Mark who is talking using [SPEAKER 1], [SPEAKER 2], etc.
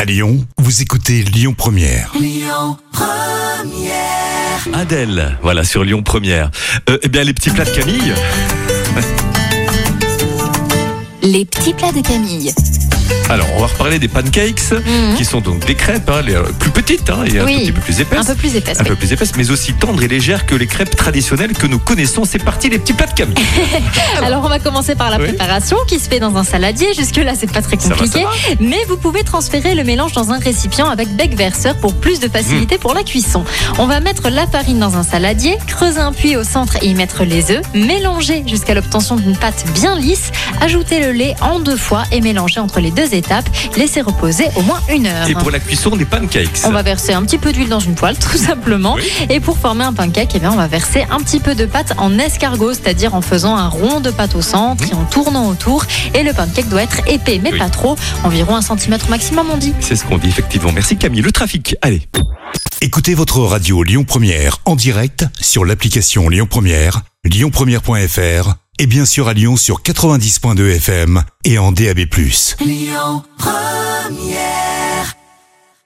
[SPEAKER 1] À Lyon, vous écoutez Lyon Première.
[SPEAKER 2] Adèle, voilà sur Lyon Première. Euh, eh bien les petits plats de Camille.
[SPEAKER 3] Les petits plats de Camille.
[SPEAKER 2] Alors on va reparler des pancakes, qui sont donc des crêpes, hein, les euh, plus petites hein, et un
[SPEAKER 3] Mhm. Oui.
[SPEAKER 2] tout petit peu plus épaisses.
[SPEAKER 3] Un peu plus épaisse.
[SPEAKER 2] Un peu plus épaisses, mais aussi tendres et légères que les crêpes traditionnelles que nous connaissons. C'est parti, les petits plats de Camille.
[SPEAKER 3] Alors on va commencer par la
[SPEAKER 2] Oui.
[SPEAKER 3] préparation qui se fait dans un saladier. Jusque-là, c'est pas très
[SPEAKER 2] Ça va, ça
[SPEAKER 3] compliqué. Mais vous pouvez transférer le mélange dans un récipient avec bec verseur pour plus de
[SPEAKER 2] Mm.
[SPEAKER 3] facilité pour la cuisson. On va mettre la farine dans un saladier, creuser un puits au centre et y mettre les œufs, mélanger jusqu'à l'obtention d'une pâte bien lisse, ajouter le lait en deux fois et mélanger entre les deux étapes, laisser reposer au moins une heure.
[SPEAKER 2] Et pour la cuisson des pancakes.
[SPEAKER 3] On va verser un petit peu d'huile dans une poêle, tout simplement.
[SPEAKER 2] Oui.
[SPEAKER 3] Et pour former un pancake, eh bien, on va verser un petit peu de pâte en escargot, c'est-à-dire en faisant un rond de pâte au centre et en tournant autour. Et le pancake doit être épais, mais
[SPEAKER 2] Oui.
[SPEAKER 3] pas trop, environ un centimètre maximum, on dit.
[SPEAKER 2] C'est ce qu'on dit effectivement. Merci Camille. Le trafic, allez.
[SPEAKER 1] Écoutez votre radio Lyon Première en direct sur l'application Lyon Première, lyonpremière.fr et bien sûr à Lyon sur 90.2 FM et en DAB+.